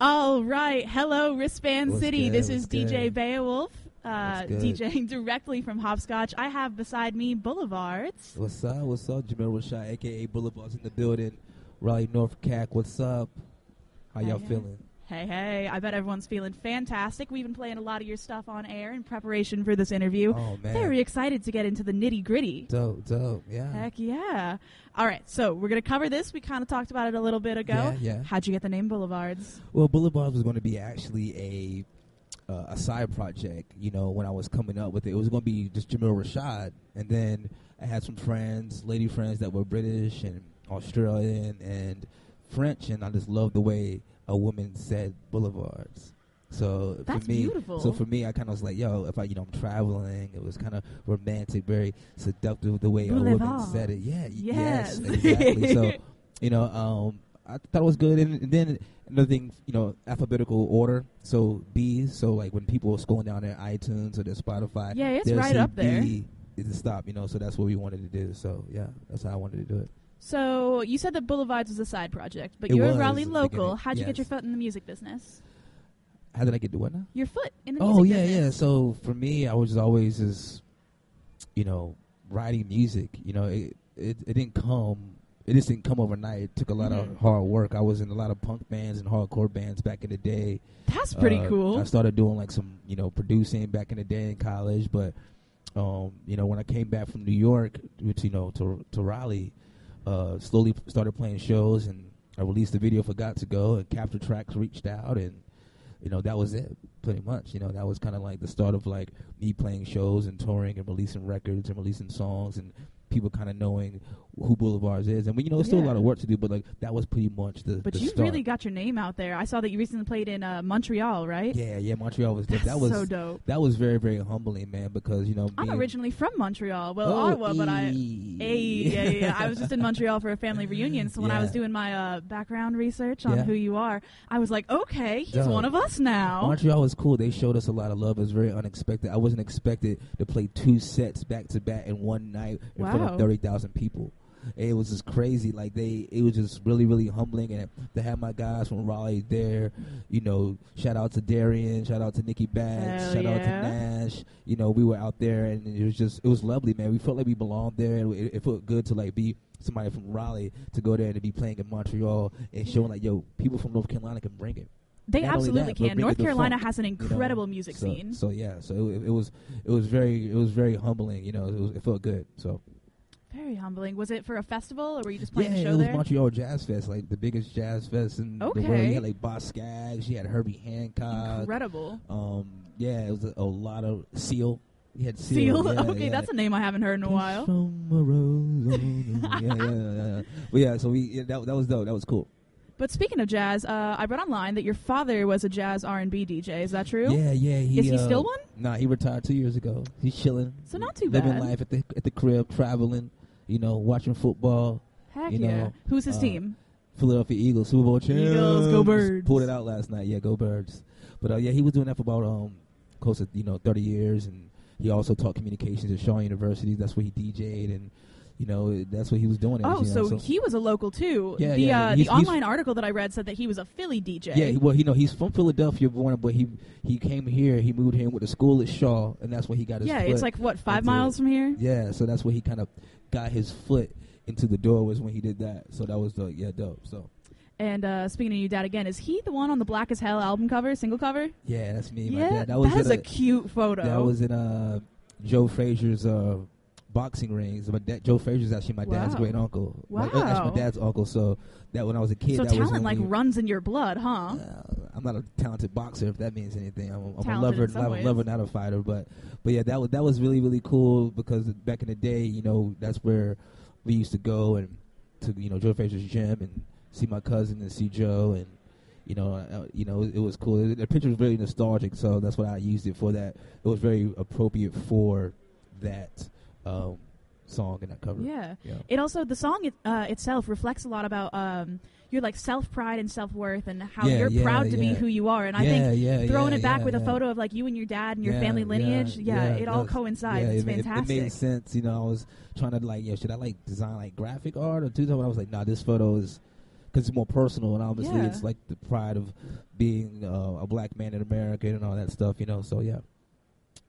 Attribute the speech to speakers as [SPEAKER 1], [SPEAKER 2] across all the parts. [SPEAKER 1] All right. Hello, Wristband
[SPEAKER 2] What's
[SPEAKER 1] City.
[SPEAKER 2] good?
[SPEAKER 1] This is
[SPEAKER 2] What's
[SPEAKER 1] DJ
[SPEAKER 2] good?
[SPEAKER 1] Beowulf, uh,
[SPEAKER 2] What's good?
[SPEAKER 1] DJing directly from Hopscotch. I have beside me Boulevards.
[SPEAKER 2] What's up? What's up? Jamel Rashad, aka Boulevards in the building. Raleigh North CAC. What's up? How y'all
[SPEAKER 1] Hey, hey.
[SPEAKER 2] feeling?
[SPEAKER 1] Hey, hey. I bet everyone's feeling fantastic. We've been playing a lot of your stuff on air in preparation for this interview.
[SPEAKER 2] Oh man.
[SPEAKER 1] Very excited to get into the nitty gritty.
[SPEAKER 2] dope, dope. Yeah.
[SPEAKER 1] Heck yeah. All right. So we're going to cover this. We kind of talked about it a little bit ago.
[SPEAKER 2] Yeah, yeah.
[SPEAKER 1] How'd you get the name Boulevards?
[SPEAKER 2] Well, Boulevard was going to be actually a uh, a side project. You know, when I was coming up with it, it was going to be just Jamil Rashad, and then I had some friends, lady friends that were British and Australian and French, and I just loved the way a woman said boulevards. So
[SPEAKER 1] That's
[SPEAKER 2] for me,
[SPEAKER 1] beautiful.
[SPEAKER 2] so for me, I kind of was like, yo, if I, you know, I'm traveling, it was kind of romantic, very seductive the way a woman
[SPEAKER 1] Boulevard.
[SPEAKER 2] said it. Yeah, y-
[SPEAKER 1] Yes.
[SPEAKER 2] yes exactly. so you know, um, I thought it was good. And, and then another thing, you know, alphabetical order. So B, so like when people are scrolling down their iTunes or their Spotify,
[SPEAKER 1] Yeah, it's
[SPEAKER 2] they'll
[SPEAKER 1] right
[SPEAKER 2] see
[SPEAKER 1] up there.
[SPEAKER 2] B is the stop, you know. So that's what we wanted to do. So yeah, that's how I wanted to do it.
[SPEAKER 1] So you said that Boulevards was a side project, but
[SPEAKER 2] It
[SPEAKER 1] you're
[SPEAKER 2] was
[SPEAKER 1] a Raleigh
[SPEAKER 2] at the beginning,
[SPEAKER 1] local. How'd you
[SPEAKER 2] yes.
[SPEAKER 1] get your foot in the music business?
[SPEAKER 2] How did I get to what now?
[SPEAKER 1] Your foot in the
[SPEAKER 2] Oh
[SPEAKER 1] music
[SPEAKER 2] yeah, yeah.
[SPEAKER 1] business.
[SPEAKER 2] So for me, I was just always just, you know, writing music. You know, it it, it didn't come. It just didn't come overnight. It took a lot
[SPEAKER 1] Mhm.
[SPEAKER 2] of hard work. I was in a lot of punk bands and hardcore bands back in the day.
[SPEAKER 1] That's pretty
[SPEAKER 2] Uh,
[SPEAKER 1] cool.
[SPEAKER 2] I started doing like some, you know, producing back in the day in college, but um, you know, when I came back from New York, which you know, to to Raleigh, uh, slowly p- started playing shows, and I released a video for Got to Go, and Capture Tracks reached out, and you know, that was it, pretty much. You know, that was kind of like the start of like me playing shows and touring and releasing records and releasing songs and people kind of knowing who Boulevards is. And we, you know, there's still a
[SPEAKER 1] Yeah.
[SPEAKER 2] lot of work to do, but like that was pretty much the.
[SPEAKER 1] But
[SPEAKER 2] the
[SPEAKER 1] you
[SPEAKER 2] start.
[SPEAKER 1] really got your name out there. I saw that you recently played in uh, Montreal, right?
[SPEAKER 2] Yeah, yeah, Montreal was dope.
[SPEAKER 1] That's
[SPEAKER 2] that was
[SPEAKER 1] so dope.
[SPEAKER 2] that was very, very humbling, man, because you know
[SPEAKER 1] I'm
[SPEAKER 2] being-
[SPEAKER 1] originally from Montreal. Well,
[SPEAKER 2] Oh,
[SPEAKER 1] Ottawa, but I.
[SPEAKER 2] ee.
[SPEAKER 1] Hey, yeah, yeah, yeah. I was just in Montreal for a family reunion, so when I
[SPEAKER 2] Yeah.
[SPEAKER 1] was doing my uh, background research on
[SPEAKER 2] Yeah.
[SPEAKER 1] who you are, I was like, okay, he's
[SPEAKER 2] Dope.
[SPEAKER 1] one of us now.
[SPEAKER 2] Montreal was cool. They showed us a lot of love. It was very unexpected. I wasn't expected to play two sets back to back in one night in front
[SPEAKER 1] Wow.
[SPEAKER 2] of thirty thousand people. It was just crazy. Like they, it was just really, really humbling. And to have my guys from Raleigh there, you know, shout out to Darian, shout out to Nikki Bags,
[SPEAKER 1] Hell
[SPEAKER 2] shout out
[SPEAKER 1] yeah.
[SPEAKER 2] to Nash. You know, we were out there, and it was just, it was lovely, man. We felt like we belonged there, and it, it felt good to like be somebody from Raleigh to go there and to be playing in Montreal and showing like, yo, people from North Carolina can bring it.
[SPEAKER 1] they
[SPEAKER 2] not only
[SPEAKER 1] absolutely
[SPEAKER 2] that, but
[SPEAKER 1] can.
[SPEAKER 2] bring
[SPEAKER 1] North
[SPEAKER 2] the
[SPEAKER 1] Carolina
[SPEAKER 2] funk,
[SPEAKER 1] has an
[SPEAKER 2] know,
[SPEAKER 1] incredible music
[SPEAKER 2] so,
[SPEAKER 1] scene.
[SPEAKER 2] So yeah, so it, it was it was very it was very humbling. You know, it, was, it felt good. So
[SPEAKER 1] Very humbling. Was it for a festival, or were you just playing
[SPEAKER 2] yeah,
[SPEAKER 1] a
[SPEAKER 2] it
[SPEAKER 1] show
[SPEAKER 2] was
[SPEAKER 1] there?
[SPEAKER 2] Montreal Jazz Fest, like the biggest jazz fest in the world.
[SPEAKER 1] Okay.
[SPEAKER 2] You had like Boss Skaggs, you had Herbie Hancock.
[SPEAKER 1] Incredible.
[SPEAKER 2] Um, yeah, it was a, a lot of Seal. You had Seal.
[SPEAKER 1] Seal.
[SPEAKER 2] yeah,
[SPEAKER 1] okay,
[SPEAKER 2] yeah.
[SPEAKER 1] that's a name I haven't heard in a
[SPEAKER 2] Kiss
[SPEAKER 1] while.
[SPEAKER 2] From a rose on a- yeah, yeah, yeah, yeah. But yeah, so we yeah, that, that was dope. That was cool.
[SPEAKER 1] But speaking of jazz, uh, I read online that your father was a jazz R and B DJ. Is that true?
[SPEAKER 2] Yeah, yeah. He,
[SPEAKER 1] Is he
[SPEAKER 2] uh,
[SPEAKER 1] still one?
[SPEAKER 2] Nah, he retired two years ago. He's chilling.
[SPEAKER 1] So not too
[SPEAKER 2] living
[SPEAKER 1] bad.
[SPEAKER 2] life at the at the crib, traveling. You know, watching football.
[SPEAKER 1] Heck
[SPEAKER 2] you
[SPEAKER 1] yeah.
[SPEAKER 2] know,
[SPEAKER 1] Who's his
[SPEAKER 2] uh,
[SPEAKER 1] team?
[SPEAKER 2] Philadelphia Eagles, Super Bowl champs.
[SPEAKER 1] Eagles, go Birds.
[SPEAKER 2] Pulled it out last night. Yeah, go Birds. But uh, yeah, he was doing that for about um close to you know thirty years, and he also taught communications at Shaw University. That's where he DJ'd, and you know that's what he was doing. It
[SPEAKER 1] Oh,
[SPEAKER 2] was, you know,
[SPEAKER 1] so, he was a local too.
[SPEAKER 2] Yeah,
[SPEAKER 1] the
[SPEAKER 2] yeah,
[SPEAKER 1] uh, the
[SPEAKER 2] he's- he's-
[SPEAKER 1] online article that I read said that he was a Philly DJ.
[SPEAKER 2] Yeah, he- well, you know, he's from Philadelphia, born, but he he came here. He moved here, went to school at Shaw, and that's where he got his.
[SPEAKER 1] Yeah,
[SPEAKER 2] foot.
[SPEAKER 1] it's like what five
[SPEAKER 2] into-
[SPEAKER 1] miles from here.
[SPEAKER 2] Yeah, so that's where he kind of got his foot into the door was when he did that. So that was the yeah dope. So
[SPEAKER 1] And uh, speaking of your dad again, is he the one on the Black as Hell album cover, single cover?
[SPEAKER 2] yeah, that's me. My
[SPEAKER 1] yeah,
[SPEAKER 2] dad. That was
[SPEAKER 1] that is a
[SPEAKER 2] at
[SPEAKER 1] cute photo.
[SPEAKER 2] that was in uh, Joe Frazier's uh, boxing rings. My dad, Joe Frazier's actually my dad's
[SPEAKER 1] Wow.
[SPEAKER 2] great uncle. My- uh,
[SPEAKER 1] Wow.
[SPEAKER 2] that's my dad's uncle. So that when I was a kid,
[SPEAKER 1] so
[SPEAKER 2] that was
[SPEAKER 1] talent like
[SPEAKER 2] only-
[SPEAKER 1] runs in your blood, huh?
[SPEAKER 2] Uh, I'm not a talented boxer, if that means anything. I'm, I'm a
[SPEAKER 1] Talented
[SPEAKER 2] lover,
[SPEAKER 1] in some
[SPEAKER 2] I'm a
[SPEAKER 1] ways.
[SPEAKER 2] lover, not a fighter. But, but yeah, that was that was really really cool because back in the day, you know, that's where we used to go and to you know Joe Frazier's gym and see my cousin and see Joe and you know uh, you know it, was cool. The picture was very nostalgic, so that's what I used it for. That it was very appropriate for that um, song and that cover.
[SPEAKER 1] Yeah.
[SPEAKER 2] Yeah.
[SPEAKER 1] It also the song it, uh, itself reflects a lot about um, your like self pride and self worth and how
[SPEAKER 2] Yeah,
[SPEAKER 1] you're
[SPEAKER 2] yeah,
[SPEAKER 1] proud to
[SPEAKER 2] yeah.
[SPEAKER 1] be who you are. And I
[SPEAKER 2] Yeah,
[SPEAKER 1] think
[SPEAKER 2] yeah,
[SPEAKER 1] throwing
[SPEAKER 2] yeah,
[SPEAKER 1] it back
[SPEAKER 2] yeah,
[SPEAKER 1] with a
[SPEAKER 2] yeah.
[SPEAKER 1] photo of like you and your dad and your
[SPEAKER 2] Yeah,
[SPEAKER 1] family
[SPEAKER 2] yeah,
[SPEAKER 1] lineage, yeah, it all
[SPEAKER 2] that's-
[SPEAKER 1] coincides.
[SPEAKER 2] yeah,
[SPEAKER 1] it's
[SPEAKER 2] it ma- it-
[SPEAKER 1] fantastic.
[SPEAKER 2] It, made sense, you know. I was trying to like, yo, should I like design like graphic art or do something? I was like, nah, this photo is because it's more personal, and obviously
[SPEAKER 1] Yeah.
[SPEAKER 2] it's like the pride of being uh, a black man in America and all that stuff, you know. So yeah,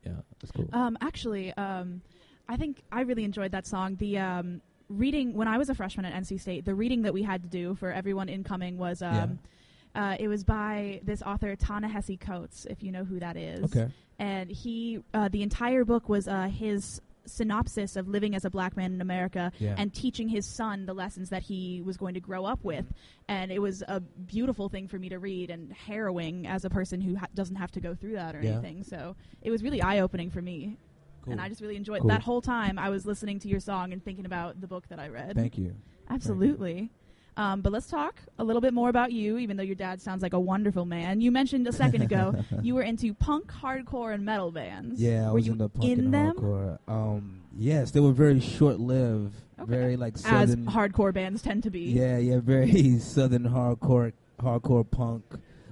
[SPEAKER 2] yeah, that's cool.
[SPEAKER 1] Um, actually, um, I think I really enjoyed that song. The um, reading when I was a freshman at NC State, the reading that we had to do for everyone incoming was um, uh, it was by this author Ta-Nehisi Coates, if you know who that is.
[SPEAKER 2] okay,
[SPEAKER 1] And he, uh, the entire book was uh, his synopsis of living as a black man in America
[SPEAKER 2] yeah,
[SPEAKER 1] and teaching his son the lessons that he was going to grow up with. And it was a beautiful thing for me to read and harrowing as a person who ha- doesn't have to go through that or
[SPEAKER 2] Yeah.
[SPEAKER 1] anything. So it was really eye opening for me.
[SPEAKER 2] cool.
[SPEAKER 1] And I just really enjoyed
[SPEAKER 2] Cool.
[SPEAKER 1] that whole time I was listening to your song and thinking about the book that I read.
[SPEAKER 2] thank you.
[SPEAKER 1] Absolutely. Um, but let's talk a little bit more about you, even though your dad sounds like a wonderful man. You mentioned a second ago you were into punk, hardcore, and metal bands.
[SPEAKER 2] Yeah, I
[SPEAKER 1] were
[SPEAKER 2] was
[SPEAKER 1] you
[SPEAKER 2] in the punk
[SPEAKER 1] in
[SPEAKER 2] and
[SPEAKER 1] them
[SPEAKER 2] hardcore. Um, yes, they were very short-lived,
[SPEAKER 1] Okay.
[SPEAKER 2] very like
[SPEAKER 1] as
[SPEAKER 2] southern.
[SPEAKER 1] hardcore bands tend to be?
[SPEAKER 2] yeah, yeah, very southern hardcore, hardcore punk.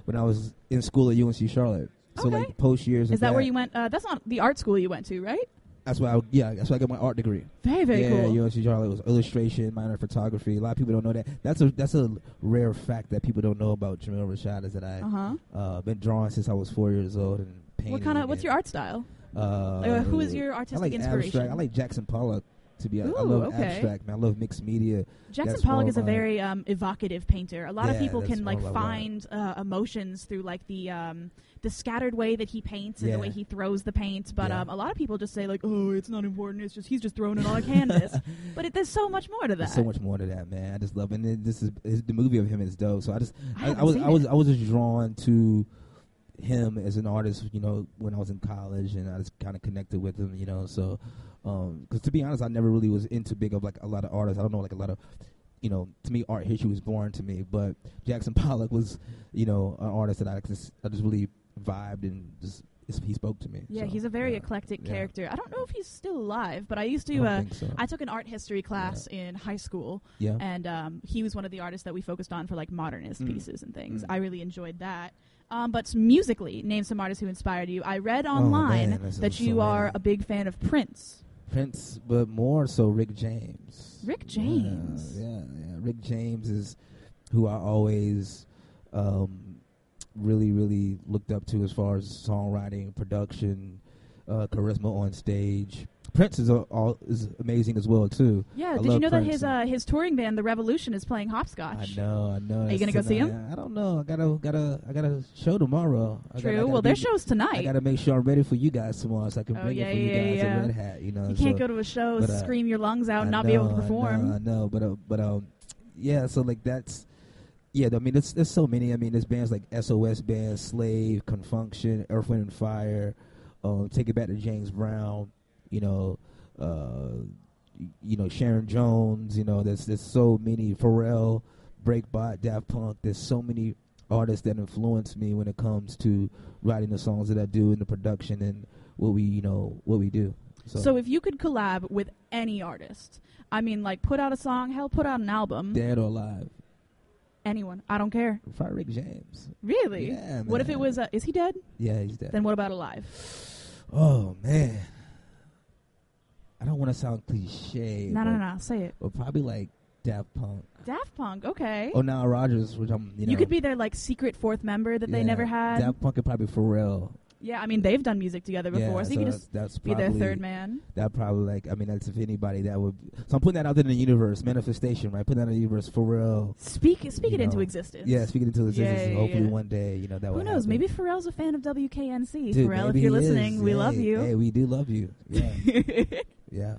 [SPEAKER 2] When I was in school at UNC Charlotte, so
[SPEAKER 1] Okay.
[SPEAKER 2] like post years.
[SPEAKER 1] Is that where you went? Uh, that's not the art school you went to, right?
[SPEAKER 2] That's why. I, yeah, that's why I got my art degree.
[SPEAKER 1] Very, very
[SPEAKER 2] yeah,
[SPEAKER 1] cool.
[SPEAKER 2] UNC Charlotte was illustration, minor in photography. A lot of people don't know that. That's a that's a rare fact that people don't know about Jamil Rashad is that I
[SPEAKER 1] Uh huh.
[SPEAKER 2] uh, been drawing since I was four years old and painting.
[SPEAKER 1] What kind of?
[SPEAKER 2] and-
[SPEAKER 1] What's your art style?
[SPEAKER 2] Uh,
[SPEAKER 1] Like, who is your
[SPEAKER 2] I
[SPEAKER 1] artistic
[SPEAKER 2] like
[SPEAKER 1] inspiration?
[SPEAKER 2] abstract. I like Jackson Pollock. To be honest, I
[SPEAKER 1] Ooh,
[SPEAKER 2] love
[SPEAKER 1] okay.
[SPEAKER 2] abstract. Man, I love mixed media.
[SPEAKER 1] Jackson
[SPEAKER 2] that's
[SPEAKER 1] Pollock
[SPEAKER 2] more
[SPEAKER 1] is a
[SPEAKER 2] my-
[SPEAKER 1] very um, evocative painter. A lot of
[SPEAKER 2] Yeah,
[SPEAKER 1] people
[SPEAKER 2] that's
[SPEAKER 1] can like
[SPEAKER 2] more my vibe.
[SPEAKER 1] find uh, emotions through like the um, the scattered way that he paints and the
[SPEAKER 2] Yeah.
[SPEAKER 1] way he throws the paint. But
[SPEAKER 2] Yeah.
[SPEAKER 1] um, a lot of people just say like, "Oh, it's not important. It's just he's just throwing it on a canvas." But it, there's so much more to that.
[SPEAKER 2] There's so much more to that, man. I just love, it. and then this is his, the movie of him is dope. So I just,
[SPEAKER 1] I
[SPEAKER 2] I, I
[SPEAKER 1] haven't
[SPEAKER 2] was,
[SPEAKER 1] seen
[SPEAKER 2] I was, I was just drawn to him as an artist, you know, when I was in college, and I just kind of connected with him, you know. So, because to be honest, I never really was into big of like a lot of artists. I don't know, like a lot of, you know, to me, art history was born to me. But Jackson Pollock was, you know, an artist that I just, I just really vibed and just he spoke to me.
[SPEAKER 1] yeah,
[SPEAKER 2] So,
[SPEAKER 1] he's a very
[SPEAKER 2] yeah.
[SPEAKER 1] eclectic
[SPEAKER 2] Yeah.
[SPEAKER 1] character. I don't know if he's still alive, but I used
[SPEAKER 2] I
[SPEAKER 1] to.
[SPEAKER 2] don't
[SPEAKER 1] uh,
[SPEAKER 2] think so. Uh-huh.
[SPEAKER 1] I took an art history class in high school,
[SPEAKER 2] yeah.
[SPEAKER 1] and um, he was one of the artists that we focused on for like modernist
[SPEAKER 2] Mm.
[SPEAKER 1] pieces and things.
[SPEAKER 2] Mm.
[SPEAKER 1] I really enjoyed that. Um, but s- musically, name some artists who inspired you. I read
[SPEAKER 2] Oh, man,
[SPEAKER 1] online
[SPEAKER 2] that's-
[SPEAKER 1] that
[SPEAKER 2] that's
[SPEAKER 1] you
[SPEAKER 2] so
[SPEAKER 1] are
[SPEAKER 2] many.
[SPEAKER 1] a big fan of Prince.
[SPEAKER 2] Prince, but more so Rick James.
[SPEAKER 1] Rick James.
[SPEAKER 2] Yeah, yeah. yeah. Rick James is who I always um, really, really looked up to as far as songwriting, production, uh, charisma on stage. Prince is a, all is amazing as well too.
[SPEAKER 1] Yeah,
[SPEAKER 2] I
[SPEAKER 1] did you
[SPEAKER 2] love
[SPEAKER 1] know that
[SPEAKER 2] Prince.
[SPEAKER 1] his uh, his touring band, The Revolution, is playing hopscotch?
[SPEAKER 2] I know, I know.
[SPEAKER 1] you gonna go see him?
[SPEAKER 2] I don't know. I gotta, gotta, I gotta show tomorrow. I gotta- I
[SPEAKER 1] True.
[SPEAKER 2] gotta
[SPEAKER 1] well,
[SPEAKER 2] be-
[SPEAKER 1] their show's
[SPEAKER 2] I
[SPEAKER 1] tonight.
[SPEAKER 2] gotta make sure I'm ready for you guys tomorrow, so I can
[SPEAKER 1] Oh,
[SPEAKER 2] bring
[SPEAKER 1] yeah,
[SPEAKER 2] it for you
[SPEAKER 1] yeah,
[SPEAKER 2] guys
[SPEAKER 1] yeah.
[SPEAKER 2] a red hat. You know,
[SPEAKER 1] You can't
[SPEAKER 2] so-
[SPEAKER 1] go to a show,
[SPEAKER 2] but, uh,
[SPEAKER 1] scream your lungs out,
[SPEAKER 2] I
[SPEAKER 1] and not be able to
[SPEAKER 2] know, I know,
[SPEAKER 1] perform.
[SPEAKER 2] I know, but uh, but um, yeah. So like that's yeah. I mean, there's there's so many. I mean, there's bands like SOS Band, Slave, Confunction, Earth, Wind and Fire. Um, take it back to James Brown. You know, uh, y- you know Sharon Jones. You know, there's there's so many Pharrell, Breakbot, Daft Punk. There's so many artists that influence me when it comes to writing the songs that I do and the production and what we you know what we do.
[SPEAKER 1] so. if you could collab with any artist, I mean, like put out a song, hell, put out an album,
[SPEAKER 2] dead or alive,
[SPEAKER 1] anyone, I don't care.
[SPEAKER 2] probably Rick James.
[SPEAKER 1] Really?
[SPEAKER 2] Yeah,
[SPEAKER 1] What if
[SPEAKER 2] man.
[SPEAKER 1] it was? Uh, is he dead?
[SPEAKER 2] Yeah, he's dead.
[SPEAKER 1] Then what about alive?
[SPEAKER 2] oh man, I don't want to sound cliche.
[SPEAKER 1] No,
[SPEAKER 2] but,
[SPEAKER 1] no, no. Say it.
[SPEAKER 2] But probably like Daft Punk.
[SPEAKER 1] Daft Punk. Okay.
[SPEAKER 2] Oh, now Rogers, which I'm. You,
[SPEAKER 1] you,
[SPEAKER 2] know,
[SPEAKER 1] could be their like secret fourth member that they
[SPEAKER 2] yeah,
[SPEAKER 1] never had.
[SPEAKER 2] Daft Punk and probably Pharrell.
[SPEAKER 1] yeah, I mean they've done music together before,
[SPEAKER 2] yeah,
[SPEAKER 1] so you could
[SPEAKER 2] that's,
[SPEAKER 1] just
[SPEAKER 2] that's
[SPEAKER 1] be
[SPEAKER 2] probably
[SPEAKER 1] their third man.
[SPEAKER 2] that probably like I mean that's if anybody that would. So I'm putting that out there in the universe, manifestation, right? Putting that in the universe, Pharrell.
[SPEAKER 1] Speak speak
[SPEAKER 2] You
[SPEAKER 1] it into
[SPEAKER 2] know,
[SPEAKER 1] existence.
[SPEAKER 2] Yeah, speaking into existence.
[SPEAKER 1] Yeah, yeah,
[SPEAKER 2] hopefully
[SPEAKER 1] yeah.
[SPEAKER 2] one day, you know that.
[SPEAKER 1] Who
[SPEAKER 2] would
[SPEAKER 1] knows?
[SPEAKER 2] happen.
[SPEAKER 1] Maybe Pharrell's a fan of WKNC.
[SPEAKER 2] Dude,
[SPEAKER 1] Pharrell, if
[SPEAKER 2] maybe
[SPEAKER 1] you're
[SPEAKER 2] he is.
[SPEAKER 1] listening, we
[SPEAKER 2] Hey,
[SPEAKER 1] love you.
[SPEAKER 2] Hey, we do love you. Yeah, yeah.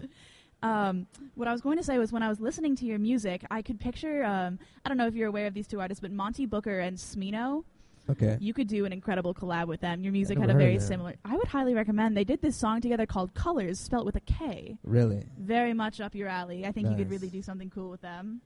[SPEAKER 1] um, what I was going to say was when I was listening to your music, I could picture. Um, I don't know if you're aware of these two artists, but Monty Booker and Smino.
[SPEAKER 2] Okay.
[SPEAKER 1] You could do an incredible collab with them. Your music
[SPEAKER 2] never
[SPEAKER 1] had a
[SPEAKER 2] heard of
[SPEAKER 1] very
[SPEAKER 2] them.
[SPEAKER 1] similar. I would highly recommend. They did this song together called Colors, spelt with a K.
[SPEAKER 2] Really?
[SPEAKER 1] Very much up your alley. I think you could
[SPEAKER 2] Nice.
[SPEAKER 1] really do something cool with them.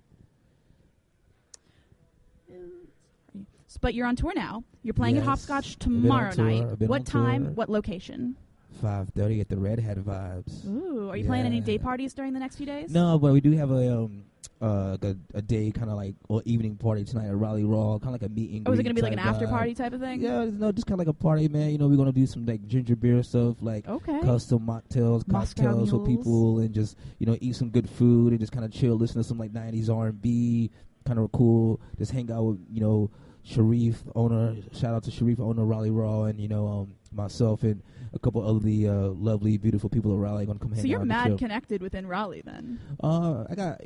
[SPEAKER 1] S- But you're on tour now. You're playing
[SPEAKER 2] Yes,
[SPEAKER 1] at Hopscotch
[SPEAKER 2] I've been on
[SPEAKER 1] tomorrow
[SPEAKER 2] tour,
[SPEAKER 1] night.
[SPEAKER 2] I've been
[SPEAKER 1] What
[SPEAKER 2] on
[SPEAKER 1] time?
[SPEAKER 2] tour.
[SPEAKER 1] What location?
[SPEAKER 2] Five thirty at the Red Hat vibes.
[SPEAKER 1] Ooh, are you playing any
[SPEAKER 2] Yeah.
[SPEAKER 1] day parties during the next few days?
[SPEAKER 2] No, but we do have a um uh like a, a day kind of like or evening party tonight at Raleigh Raw, kind of like a meet and
[SPEAKER 1] Or Oh, is it
[SPEAKER 2] greet
[SPEAKER 1] going to be like an
[SPEAKER 2] type
[SPEAKER 1] after
[SPEAKER 2] vibe.
[SPEAKER 1] party type of thing?
[SPEAKER 2] Yeah, it's- no, just kind of like a party, man. You know, we're gonna do some like ginger beer stuff, like
[SPEAKER 1] Okay.
[SPEAKER 2] custom mocktails,
[SPEAKER 1] Moscow
[SPEAKER 2] cocktails for
[SPEAKER 1] mules.
[SPEAKER 2] people, and just you know eat some good food and just kind of chill, listen to some like '90s R&B, kind of cool. Just hang out with you know Sharif owner. Shout out to Sharif owner Raleigh Raw and you know um, myself and a couple of the uh, lovely, beautiful people at Raleigh gonna come hang
[SPEAKER 1] So you're
[SPEAKER 2] out. on the
[SPEAKER 1] mad
[SPEAKER 2] show.
[SPEAKER 1] connected within Raleigh then.
[SPEAKER 2] Uh, I got.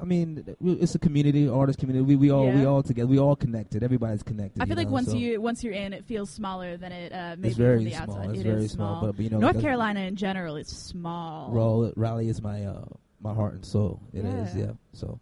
[SPEAKER 2] I mean, it's a community, artist community. We we all we
[SPEAKER 1] Yeah.
[SPEAKER 2] all together. We all connected. Everybody's connected.
[SPEAKER 1] I feel
[SPEAKER 2] you
[SPEAKER 1] like
[SPEAKER 2] know,
[SPEAKER 1] once
[SPEAKER 2] so
[SPEAKER 1] you once you're in, it feels smaller than it uh, maybe
[SPEAKER 2] It's very
[SPEAKER 1] from the
[SPEAKER 2] small.
[SPEAKER 1] outside.
[SPEAKER 2] It's
[SPEAKER 1] It
[SPEAKER 2] very
[SPEAKER 1] is
[SPEAKER 2] small, but, but, you know,
[SPEAKER 1] North
[SPEAKER 2] that's-
[SPEAKER 1] Carolina in general is small.
[SPEAKER 2] Raw Raleigh is my uh, my heart and soul. It is,
[SPEAKER 1] Yeah.
[SPEAKER 2] yeah. So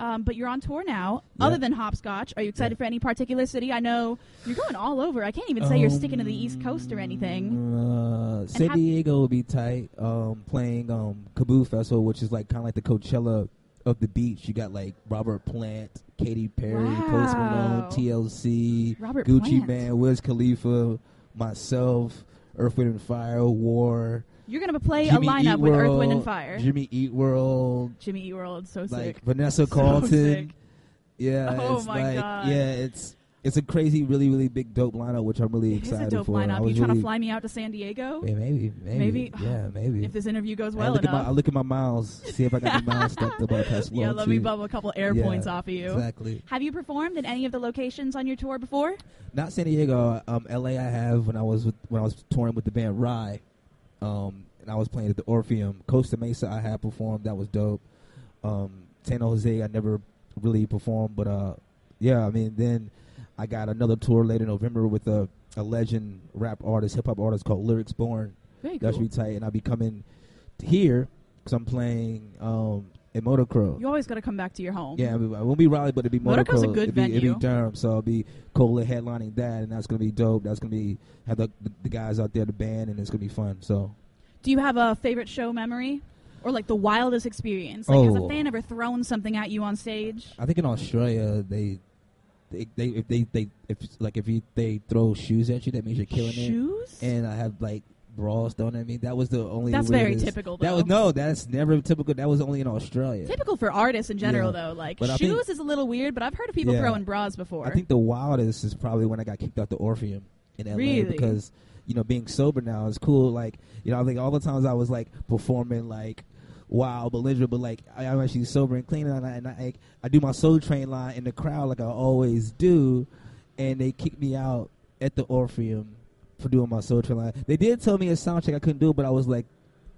[SPEAKER 1] Um, but you're on tour now.
[SPEAKER 2] Yeah.
[SPEAKER 1] Other than hopscotch, are you excited for any particular city? I know you're going all over. I can't even say you're sticking to the East Coast or anything.
[SPEAKER 2] Um, Uh, San
[SPEAKER 1] how-
[SPEAKER 2] Diego will be tight. Um, playing um, Kaboo Festival, which is like kind of like the Coachella of the beach. You got like Robert Plant, Katy Perry, Post Malone,
[SPEAKER 1] Wow.
[SPEAKER 2] TLC,
[SPEAKER 1] Robert
[SPEAKER 2] Gucci
[SPEAKER 1] Plant.
[SPEAKER 2] Man, Wiz Khalifa, myself, Earth Wind and Fire, War,
[SPEAKER 1] You're gonna play
[SPEAKER 2] Jimmy
[SPEAKER 1] a lineup
[SPEAKER 2] Eat
[SPEAKER 1] with Earth,
[SPEAKER 2] World,
[SPEAKER 1] Wind, and Fire.
[SPEAKER 2] Jimmy Eat World,
[SPEAKER 1] Jimmy Eat World, so
[SPEAKER 2] like
[SPEAKER 1] sick.
[SPEAKER 2] Vanessa
[SPEAKER 1] So
[SPEAKER 2] Carlton.
[SPEAKER 1] sick.
[SPEAKER 2] Yeah,
[SPEAKER 1] Oh
[SPEAKER 2] it's
[SPEAKER 1] my
[SPEAKER 2] like
[SPEAKER 1] God.
[SPEAKER 2] yeah, it's it's a crazy, really, really big dope lineup, which I'm really
[SPEAKER 1] It is
[SPEAKER 2] excited
[SPEAKER 1] a dope
[SPEAKER 2] for. I
[SPEAKER 1] lineup. You
[SPEAKER 2] was
[SPEAKER 1] trying to
[SPEAKER 2] really-
[SPEAKER 1] fly me out to San Diego?
[SPEAKER 2] Yeah, maybe, maybe,
[SPEAKER 1] Maybe-
[SPEAKER 2] yeah, maybe.
[SPEAKER 1] If this interview goes
[SPEAKER 2] I
[SPEAKER 1] well
[SPEAKER 2] look at my I
[SPEAKER 1] enough,
[SPEAKER 2] look at my miles, see if I got any miles stacked up by past
[SPEAKER 1] yeah,
[SPEAKER 2] one,
[SPEAKER 1] let me
[SPEAKER 2] too.
[SPEAKER 1] bubble a couple air
[SPEAKER 2] Yeah,
[SPEAKER 1] points off of you.
[SPEAKER 2] Exactly.
[SPEAKER 1] Have you performed at any of the locations on your tour before?
[SPEAKER 2] Not San Diego. Um, L.A. I have when I was with, when I was touring with the band Rye, um, and I was playing at the Orpheum. Costa Mesa I have performed. That was dope. Um, San Jose I never really performed, but uh, yeah. I mean, then I got another tour later in November with a a legend rap artist, hip hop artist called Lyrics Born.
[SPEAKER 1] Very
[SPEAKER 2] That should be tight, and I'll be coming here because I'm playing um, at Motocross.
[SPEAKER 1] You always got to come back to your home.
[SPEAKER 2] Yeah, I mean, it won't be Raleigh, but it'll be
[SPEAKER 1] Monaco's
[SPEAKER 2] Monaco.
[SPEAKER 1] a good
[SPEAKER 2] it'll be, It'll
[SPEAKER 1] venue.
[SPEAKER 2] be Durham, so it'll be Cola headlining that, and that's gonna be dope. That's gonna be have the, the guys out there, the band, and it's gonna be fun. So
[SPEAKER 1] Do you have a favorite show memory? Or like the wildest experience? Like has
[SPEAKER 2] Oh.
[SPEAKER 1] a fan ever thrown something at you on stage?
[SPEAKER 2] I think in Australia they, they, they if they, they if like if you they throw shoes at you, that means you're killing
[SPEAKER 1] Shoes?
[SPEAKER 2] it. And I have like bras thrown at me. That was the only.
[SPEAKER 1] That's very
[SPEAKER 2] weirdest-
[SPEAKER 1] typical,
[SPEAKER 2] That
[SPEAKER 1] though.
[SPEAKER 2] was no. That's never typical. That was only in Australia.
[SPEAKER 1] Typical for artists in general,
[SPEAKER 2] Yeah.
[SPEAKER 1] though. Like
[SPEAKER 2] But I
[SPEAKER 1] shoes
[SPEAKER 2] think-
[SPEAKER 1] is a little weird, but I've heard of people
[SPEAKER 2] Yeah.
[SPEAKER 1] throwing bras before.
[SPEAKER 2] I think the wildest is probably when I got kicked out the Orpheum in LA
[SPEAKER 1] Really?
[SPEAKER 2] because you know being sober now is cool. Like you know, I think all the times I was like performing like wow, belligerent, but like I, I'm actually sober and clean, and I, and I like, I do my Soul Train line in the crowd like I always do, and they kicked me out at the Orpheum for doing my Soul Train line. They did tell me a sound check I couldn't do, it, but I was like.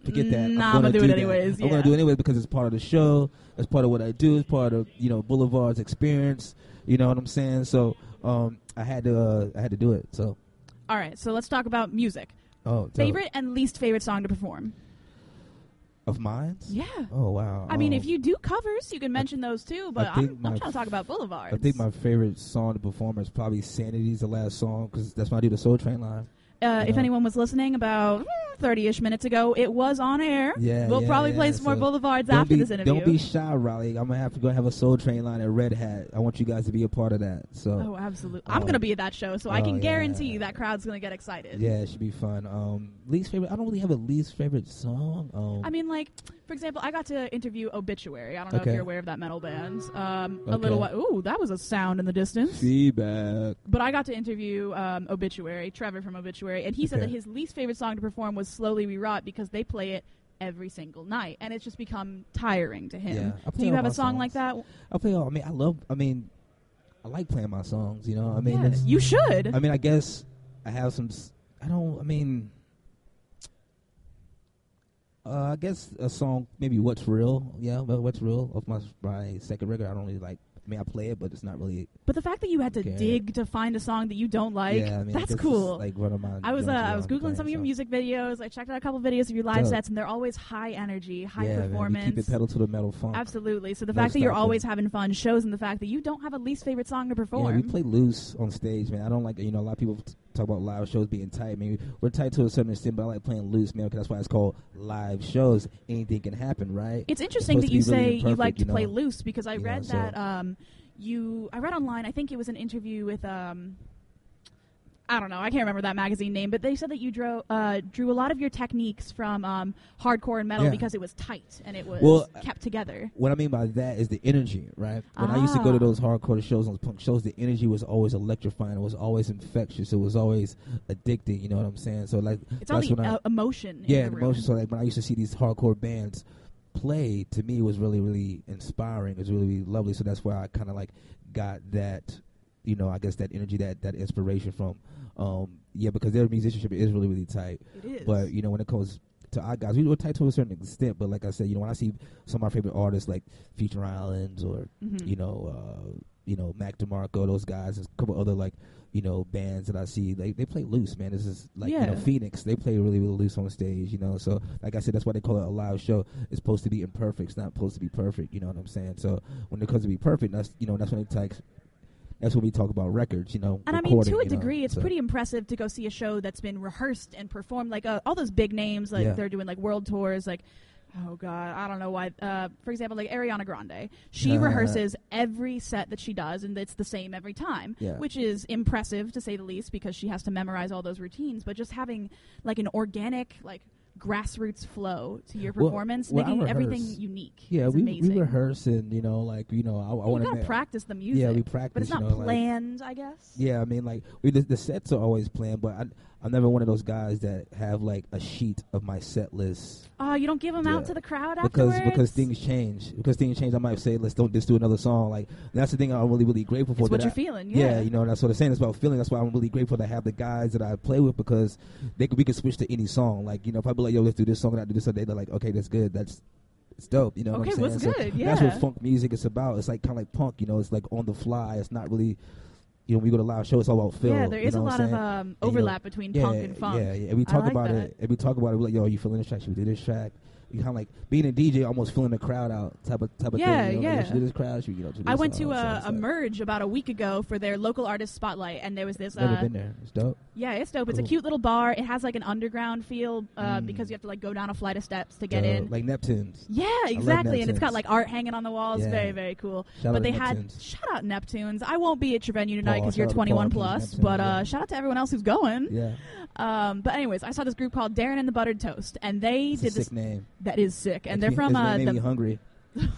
[SPEAKER 2] Forget that.
[SPEAKER 1] Nah,
[SPEAKER 2] I'm
[SPEAKER 1] I'ma
[SPEAKER 2] gonna
[SPEAKER 1] do it
[SPEAKER 2] that.
[SPEAKER 1] anyways,
[SPEAKER 2] I'm gonna
[SPEAKER 1] yeah.
[SPEAKER 2] do it anyways because it's part of the show. It's part of what I do. It's part of you know Boulevard's experience. You know what I'm saying? So um, I had to uh, I had to do it. So
[SPEAKER 1] All right, so let's talk about music.
[SPEAKER 2] oh, so-
[SPEAKER 1] Favorite and least favorite song to perform?
[SPEAKER 2] of mine?
[SPEAKER 1] Yeah.
[SPEAKER 2] Oh wow.
[SPEAKER 1] I mean,
[SPEAKER 2] Um,
[SPEAKER 1] if you do covers, you can mention those too. But
[SPEAKER 2] think
[SPEAKER 1] I'm,
[SPEAKER 2] my-
[SPEAKER 1] I'm trying to talk about Boulevard.
[SPEAKER 2] I think my favorite song to perform is probably "Sanity's the last song because that's when I do the Soul Train line.
[SPEAKER 1] uh, if
[SPEAKER 2] Yeah.
[SPEAKER 1] anyone was listening about hmm, thirty-ish minutes ago, it was on air.
[SPEAKER 2] Yeah,
[SPEAKER 1] we'll
[SPEAKER 2] yeah,
[SPEAKER 1] probably play
[SPEAKER 2] yeah,
[SPEAKER 1] some more
[SPEAKER 2] so
[SPEAKER 1] boulevards
[SPEAKER 2] Don't
[SPEAKER 1] after
[SPEAKER 2] be-
[SPEAKER 1] this interview.
[SPEAKER 2] Don't be shy, Riley. I'm gonna have to go have a Soul Train line at Red Hat. I want you guys to be a part of that. So
[SPEAKER 1] oh, absolutely! I'm
[SPEAKER 2] Oh.
[SPEAKER 1] gonna be at that show, so I
[SPEAKER 2] Oh,
[SPEAKER 1] can guarantee
[SPEAKER 2] yeah.
[SPEAKER 1] you that crowd's gonna get excited.
[SPEAKER 2] yeah, it should be fun. Um, least favorite? I don't really have a least favorite song. Um,
[SPEAKER 1] I mean, like, for example, I got to interview Obituary. I don't know
[SPEAKER 2] Okay.
[SPEAKER 1] if you're aware of that metal band. Um, A
[SPEAKER 2] Okay.
[SPEAKER 1] little while. Ooh, that was a sound in the distance.
[SPEAKER 2] feedback.
[SPEAKER 1] But I got to interview um, Obituary, Trevor from Obituary, and he said
[SPEAKER 2] Okay.
[SPEAKER 1] that his least favorite song to perform was Slowly We Rot because they play it every single night, and it's just become tiring to him.
[SPEAKER 2] Yeah, I play
[SPEAKER 1] Do you
[SPEAKER 2] all
[SPEAKER 1] have a
[SPEAKER 2] my
[SPEAKER 1] song like that?
[SPEAKER 2] I play. all- I mean, I love. I mean, I like playing my songs. You know. I mean,
[SPEAKER 1] Yeah,
[SPEAKER 2] it's-
[SPEAKER 1] you should.
[SPEAKER 2] I mean, I guess I have some. s- I don't. I mean, uh, I guess a song maybe "What's Real." Yeah, well, "What's Real" of my my second record. I don't really like. I mean, I play it, but it's not really.
[SPEAKER 1] but the fact that you had to
[SPEAKER 2] Okay.
[SPEAKER 1] dig to find a song that you don't like,
[SPEAKER 2] yeah, I mean, I guess
[SPEAKER 1] that's
[SPEAKER 2] it's
[SPEAKER 1] cool.
[SPEAKER 2] Like one of my.
[SPEAKER 1] I was uh,
[SPEAKER 2] jams
[SPEAKER 1] I
[SPEAKER 2] that
[SPEAKER 1] was
[SPEAKER 2] I'm
[SPEAKER 1] googling some of
[SPEAKER 2] playing,
[SPEAKER 1] your
[SPEAKER 2] so.
[SPEAKER 1] music videos. I checked out a couple videos of your live
[SPEAKER 2] Dope.
[SPEAKER 1] sets, and they're always high energy, high
[SPEAKER 2] yeah,
[SPEAKER 1] performance.
[SPEAKER 2] Man, we keep it pedal to the metal funk.
[SPEAKER 1] Absolutely. So the
[SPEAKER 2] No
[SPEAKER 1] fact that you're
[SPEAKER 2] stopping.
[SPEAKER 1] always having fun shows in the fact that you don't have a least favorite song to perform.
[SPEAKER 2] Yeah, we play loose on stage, man. I don't like you know a lot of people t- talk about live shows being tight. I mean, we're tight to a certain extent, but I like playing loose, man. 'cause that's why it's called live shows. Anything can happen, right?
[SPEAKER 1] It's interesting
[SPEAKER 2] supposed
[SPEAKER 1] that
[SPEAKER 2] to
[SPEAKER 1] you
[SPEAKER 2] be really
[SPEAKER 1] say you like
[SPEAKER 2] imperfect,
[SPEAKER 1] to
[SPEAKER 2] you
[SPEAKER 1] play
[SPEAKER 2] know?
[SPEAKER 1] loose because I
[SPEAKER 2] You know,
[SPEAKER 1] read
[SPEAKER 2] so-
[SPEAKER 1] that um, you I read online. I think it was an interview with um, I don't know. I can't remember that magazine name, but they said that you drew uh, drew a lot of your techniques from um, hardcore and metal
[SPEAKER 2] Yeah.
[SPEAKER 1] because it was tight and it was
[SPEAKER 2] Well,
[SPEAKER 1] kept together.
[SPEAKER 2] What I mean by that is the energy, right? When I used to go
[SPEAKER 1] Ah.
[SPEAKER 2] to those hardcore shows, those punk shows, the energy was always electrifying. It was always infectious. It was always addicting. You know what I'm saying? So like
[SPEAKER 1] It's all
[SPEAKER 2] that's
[SPEAKER 1] the
[SPEAKER 2] when I-
[SPEAKER 1] uh, emotion.
[SPEAKER 2] yeah,
[SPEAKER 1] in
[SPEAKER 2] and
[SPEAKER 1] the room.
[SPEAKER 2] emotion. So like when I used to see these hardcore bands play to me was really really inspiring. It was really, really lovely. So that's why I kind of like got that, you know, I guess that energy, that that inspiration from. Um, yeah, because their musicianship is really really tight.
[SPEAKER 1] It is.
[SPEAKER 2] But you know, when it comes to our guys, we were tight to a certain extent. But like I said, you know, when I see some of my favorite artists like Future Islands or
[SPEAKER 1] Mhm.
[SPEAKER 2] you know, uh, you know Mac DeMarco, those guys, and a couple other like you know bands that I see, they they play loose, man. This is like you know
[SPEAKER 1] Yeah.
[SPEAKER 2] Phoenix, they play really really loose on stage, you know. So like I said, that's why they call it a live show. It's supposed to be imperfect. It's not supposed to be perfect. You know what I'm saying? So when it comes to be perfect, that's you know that's when it takes. That's when we talk about records, you know.
[SPEAKER 1] And I mean,
[SPEAKER 2] recording,
[SPEAKER 1] to a
[SPEAKER 2] you know,
[SPEAKER 1] degree, it's
[SPEAKER 2] so.
[SPEAKER 1] pretty impressive to go see a show that's been rehearsed and performed. Like uh, all those big names, like
[SPEAKER 2] Yeah.
[SPEAKER 1] they're doing like world tours. Like, oh god, I don't know why. Uh, for example, like Ariana Grande, she
[SPEAKER 2] Uh,
[SPEAKER 1] rehearses every set that she does, and it's the same every time,
[SPEAKER 2] Yeah.
[SPEAKER 1] which is impressive to say the least because she has to memorize all those routines. But just having like an organic, like grassroots flow to your
[SPEAKER 2] Well,
[SPEAKER 1] performance,
[SPEAKER 2] well, I
[SPEAKER 1] making everything
[SPEAKER 2] rehearse.
[SPEAKER 1] unique.
[SPEAKER 2] Yeah,
[SPEAKER 1] is
[SPEAKER 2] we
[SPEAKER 1] amazing.
[SPEAKER 2] we rehearse and you know, like you know, I, I
[SPEAKER 1] You
[SPEAKER 2] want
[SPEAKER 1] gotta
[SPEAKER 2] to
[SPEAKER 1] practice the music.
[SPEAKER 2] Yeah, we practice.
[SPEAKER 1] but it's not
[SPEAKER 2] you know, like-
[SPEAKER 1] planned, I guess.
[SPEAKER 2] Yeah, I mean, like we the, the sets are always planned, but I, I'm never one of those guys that have like a sheet of my set list
[SPEAKER 1] Oh, you don't give them
[SPEAKER 2] Yeah.
[SPEAKER 1] out to the crowd
[SPEAKER 2] because
[SPEAKER 1] afterwards.
[SPEAKER 2] because things change. Because things change, I might say, let's don't just do another song. Like that's the thing I'm really really grateful for.
[SPEAKER 1] It's what
[SPEAKER 2] that
[SPEAKER 1] you're
[SPEAKER 2] I-
[SPEAKER 1] feeling,
[SPEAKER 2] Yeah.
[SPEAKER 1] yeah.
[SPEAKER 2] you know, and that's what I'm saying. It's about feeling. That's why I'm really grateful to have the guys that I play with because they could, we can switch to any song. Like you know, if I be like, yo, let's do this song and I do this, other day, they're like, okay, that's good. That's it's dope. You know what I'm
[SPEAKER 1] Okay,
[SPEAKER 2] saying?
[SPEAKER 1] what's
[SPEAKER 2] So
[SPEAKER 1] good?
[SPEAKER 2] That's
[SPEAKER 1] Yeah.
[SPEAKER 2] what funk music is about. It's like kind of like punk. You know, it's like on the fly. It's not really. You know, when we go to live show, it's all about feel.
[SPEAKER 1] yeah, there
[SPEAKER 2] you
[SPEAKER 1] is a
[SPEAKER 2] know what
[SPEAKER 1] lot
[SPEAKER 2] I'm
[SPEAKER 1] of
[SPEAKER 2] saying?
[SPEAKER 1] um,
[SPEAKER 2] you know,
[SPEAKER 1] overlap between
[SPEAKER 2] yeah,
[SPEAKER 1] punk and funk.
[SPEAKER 2] Yeah, yeah. And we
[SPEAKER 1] I
[SPEAKER 2] talk
[SPEAKER 1] like
[SPEAKER 2] about
[SPEAKER 1] that.
[SPEAKER 2] it. And we talk about it. We're like, yo, you feeling this track? Should we do this track? You kind of like being a DJ, almost filling the crowd out type of type of
[SPEAKER 1] Yeah,
[SPEAKER 2] thing. You know, like,
[SPEAKER 1] yeah.
[SPEAKER 2] Should we do this crowd? Should we, you know? do
[SPEAKER 1] I
[SPEAKER 2] this
[SPEAKER 1] went
[SPEAKER 2] song?
[SPEAKER 1] to
[SPEAKER 2] So
[SPEAKER 1] a,
[SPEAKER 2] it's
[SPEAKER 1] a
[SPEAKER 2] like-
[SPEAKER 1] merge about a week ago for their local artist spotlight, and there was this.
[SPEAKER 2] Never
[SPEAKER 1] Uh,
[SPEAKER 2] been there. It's dope.
[SPEAKER 1] yeah, it's dope. It's a
[SPEAKER 2] Cool.
[SPEAKER 1] cute little bar. It has like an underground feel uh,
[SPEAKER 2] Mm.
[SPEAKER 1] because you have to like go down a flight of steps to get
[SPEAKER 2] Dope.
[SPEAKER 1] in.
[SPEAKER 2] Like Neptunes.
[SPEAKER 1] yeah,
[SPEAKER 2] love
[SPEAKER 1] exactly. And it's got
[SPEAKER 2] Neptunes.
[SPEAKER 1] like art hanging on the walls.
[SPEAKER 2] Yeah.
[SPEAKER 1] Very, very cool.
[SPEAKER 2] Shout
[SPEAKER 1] but
[SPEAKER 2] out
[SPEAKER 1] they
[SPEAKER 2] to
[SPEAKER 1] had
[SPEAKER 2] Neptunes.
[SPEAKER 1] shout out Neptunes. I won't be at your venue tonight
[SPEAKER 2] Paul,
[SPEAKER 1] because
[SPEAKER 2] shout
[SPEAKER 1] you're
[SPEAKER 2] out to
[SPEAKER 1] 21
[SPEAKER 2] Paul,
[SPEAKER 1] plus.
[SPEAKER 2] Neptunes,
[SPEAKER 1] But uh,
[SPEAKER 2] yeah.
[SPEAKER 1] shout out to everyone else who's going.
[SPEAKER 2] Yeah,
[SPEAKER 1] Um, but anyways, I saw this group called Darren and the Buttered Toast, and they
[SPEAKER 2] it's a
[SPEAKER 1] did this.
[SPEAKER 2] sick name.
[SPEAKER 1] That is sick, and
[SPEAKER 2] It's
[SPEAKER 1] they're
[SPEAKER 2] me-
[SPEAKER 1] from
[SPEAKER 2] it's
[SPEAKER 1] uh,
[SPEAKER 2] made me
[SPEAKER 1] the
[SPEAKER 2] hungry.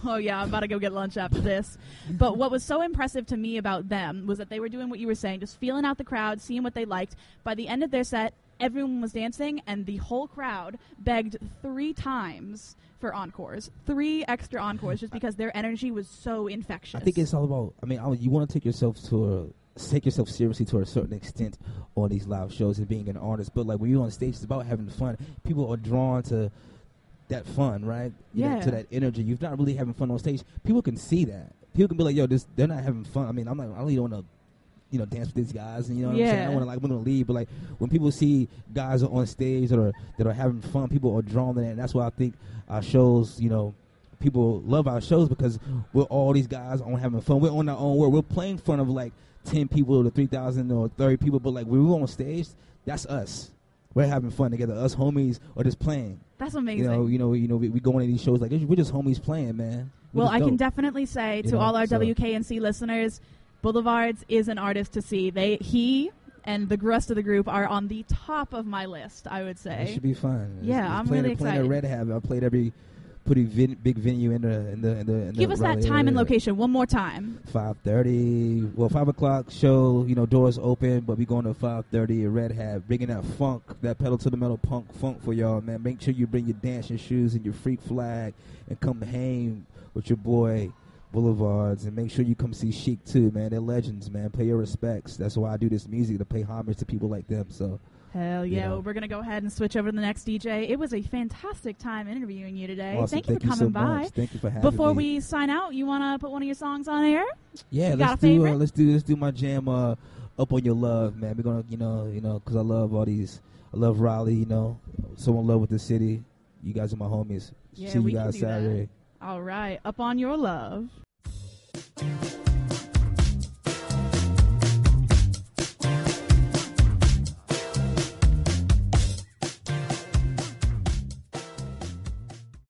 [SPEAKER 1] oh yeah, I'm about to go get lunch after this. But what was so impressive to me about them was that they were doing what you were saying, just feeling out the crowd, seeing what they liked. By the end of their set, everyone was dancing, and the whole crowd begged three times for encores, three extra encores, just because their energy was so infectious.
[SPEAKER 2] I think it's all about. I mean, I, you want to take yourself to a take yourself seriously to a certain extent on these live shows and being an artist. But like when you're on stage, it's about having fun. People are drawn to that fun, right? You know,
[SPEAKER 1] Yeah.
[SPEAKER 2] to that energy. You're not really having fun on stage. People can see that. People can be like, "Yo, this they're not having fun." I mean, I'm not. I really don't want to. You know, dance with these guys, and you know what I'm saying. I
[SPEAKER 1] Yeah.
[SPEAKER 2] don't want to like, I'm gonna leave, but like when people see guys are on stage that are that are having fun, people are drawn to that, and that's why I think our shows, you know, people love our shows because we're all these guys on having fun. We're on our own world. We're playing in front of like ten people to three thousand or thirty people, but like when we're on stage, that's us. We're having fun together. Us homies are just playing.
[SPEAKER 1] that's amazing.
[SPEAKER 2] You know, you know, you know. We, we go into these shows like we're just homies playing, man. We're
[SPEAKER 1] Well,
[SPEAKER 2] just
[SPEAKER 1] I can
[SPEAKER 2] dope.
[SPEAKER 1] definitely say to
[SPEAKER 2] You know,
[SPEAKER 1] all our
[SPEAKER 2] so-
[SPEAKER 1] WKNC listeners, Boulevards is an artist to see. They he and the rest of the group are on the top of my list. I would
[SPEAKER 2] It
[SPEAKER 1] say.
[SPEAKER 2] should be fun. It's-
[SPEAKER 1] Yeah,
[SPEAKER 2] it's
[SPEAKER 1] I'm
[SPEAKER 2] playing,
[SPEAKER 1] really
[SPEAKER 2] playing
[SPEAKER 1] excited.
[SPEAKER 2] at Red Habit. I played every pretty vin- big venue in the in the in the. In
[SPEAKER 1] Give us that time and location one more time.
[SPEAKER 2] Five thirty, well, five o'clock show. You know, doors open, but we going to five thirty at Red Hat, bringing that funk, that pedal to the metal punk funk for y'all, man. Make sure you bring your dancing shoes and your freak flag, and come hang with your boy Boulevards, and make sure you come see Chic too, man. They're legends, man. Pay your respects. That's why I do this music to pay homage to people like them. So
[SPEAKER 1] Hell
[SPEAKER 2] You
[SPEAKER 1] yeah!
[SPEAKER 2] know.
[SPEAKER 1] Well, We're gonna go ahead and switch over to the next DJ. It was a fantastic time interviewing you today.
[SPEAKER 2] awesome.
[SPEAKER 1] Thank you for
[SPEAKER 2] so
[SPEAKER 1] coming by.
[SPEAKER 2] Much. Thank you for having
[SPEAKER 1] Before
[SPEAKER 2] me.
[SPEAKER 1] we sign out, you wanna put one of your songs on air?
[SPEAKER 2] Yeah,
[SPEAKER 1] You
[SPEAKER 2] let's
[SPEAKER 1] got a
[SPEAKER 2] do. Uh,
[SPEAKER 1] favorite?
[SPEAKER 2] let's do. Let's do my jam. Uh, up on your love, man. We're gonna, you know, you know, cause I love all these. I love Raleigh, you know. So in love with the city. You guys are my homies.
[SPEAKER 1] Yeah,
[SPEAKER 2] See
[SPEAKER 1] we
[SPEAKER 2] you
[SPEAKER 1] can
[SPEAKER 2] guys
[SPEAKER 1] do that.
[SPEAKER 2] Saturday.
[SPEAKER 1] All right, up on your love.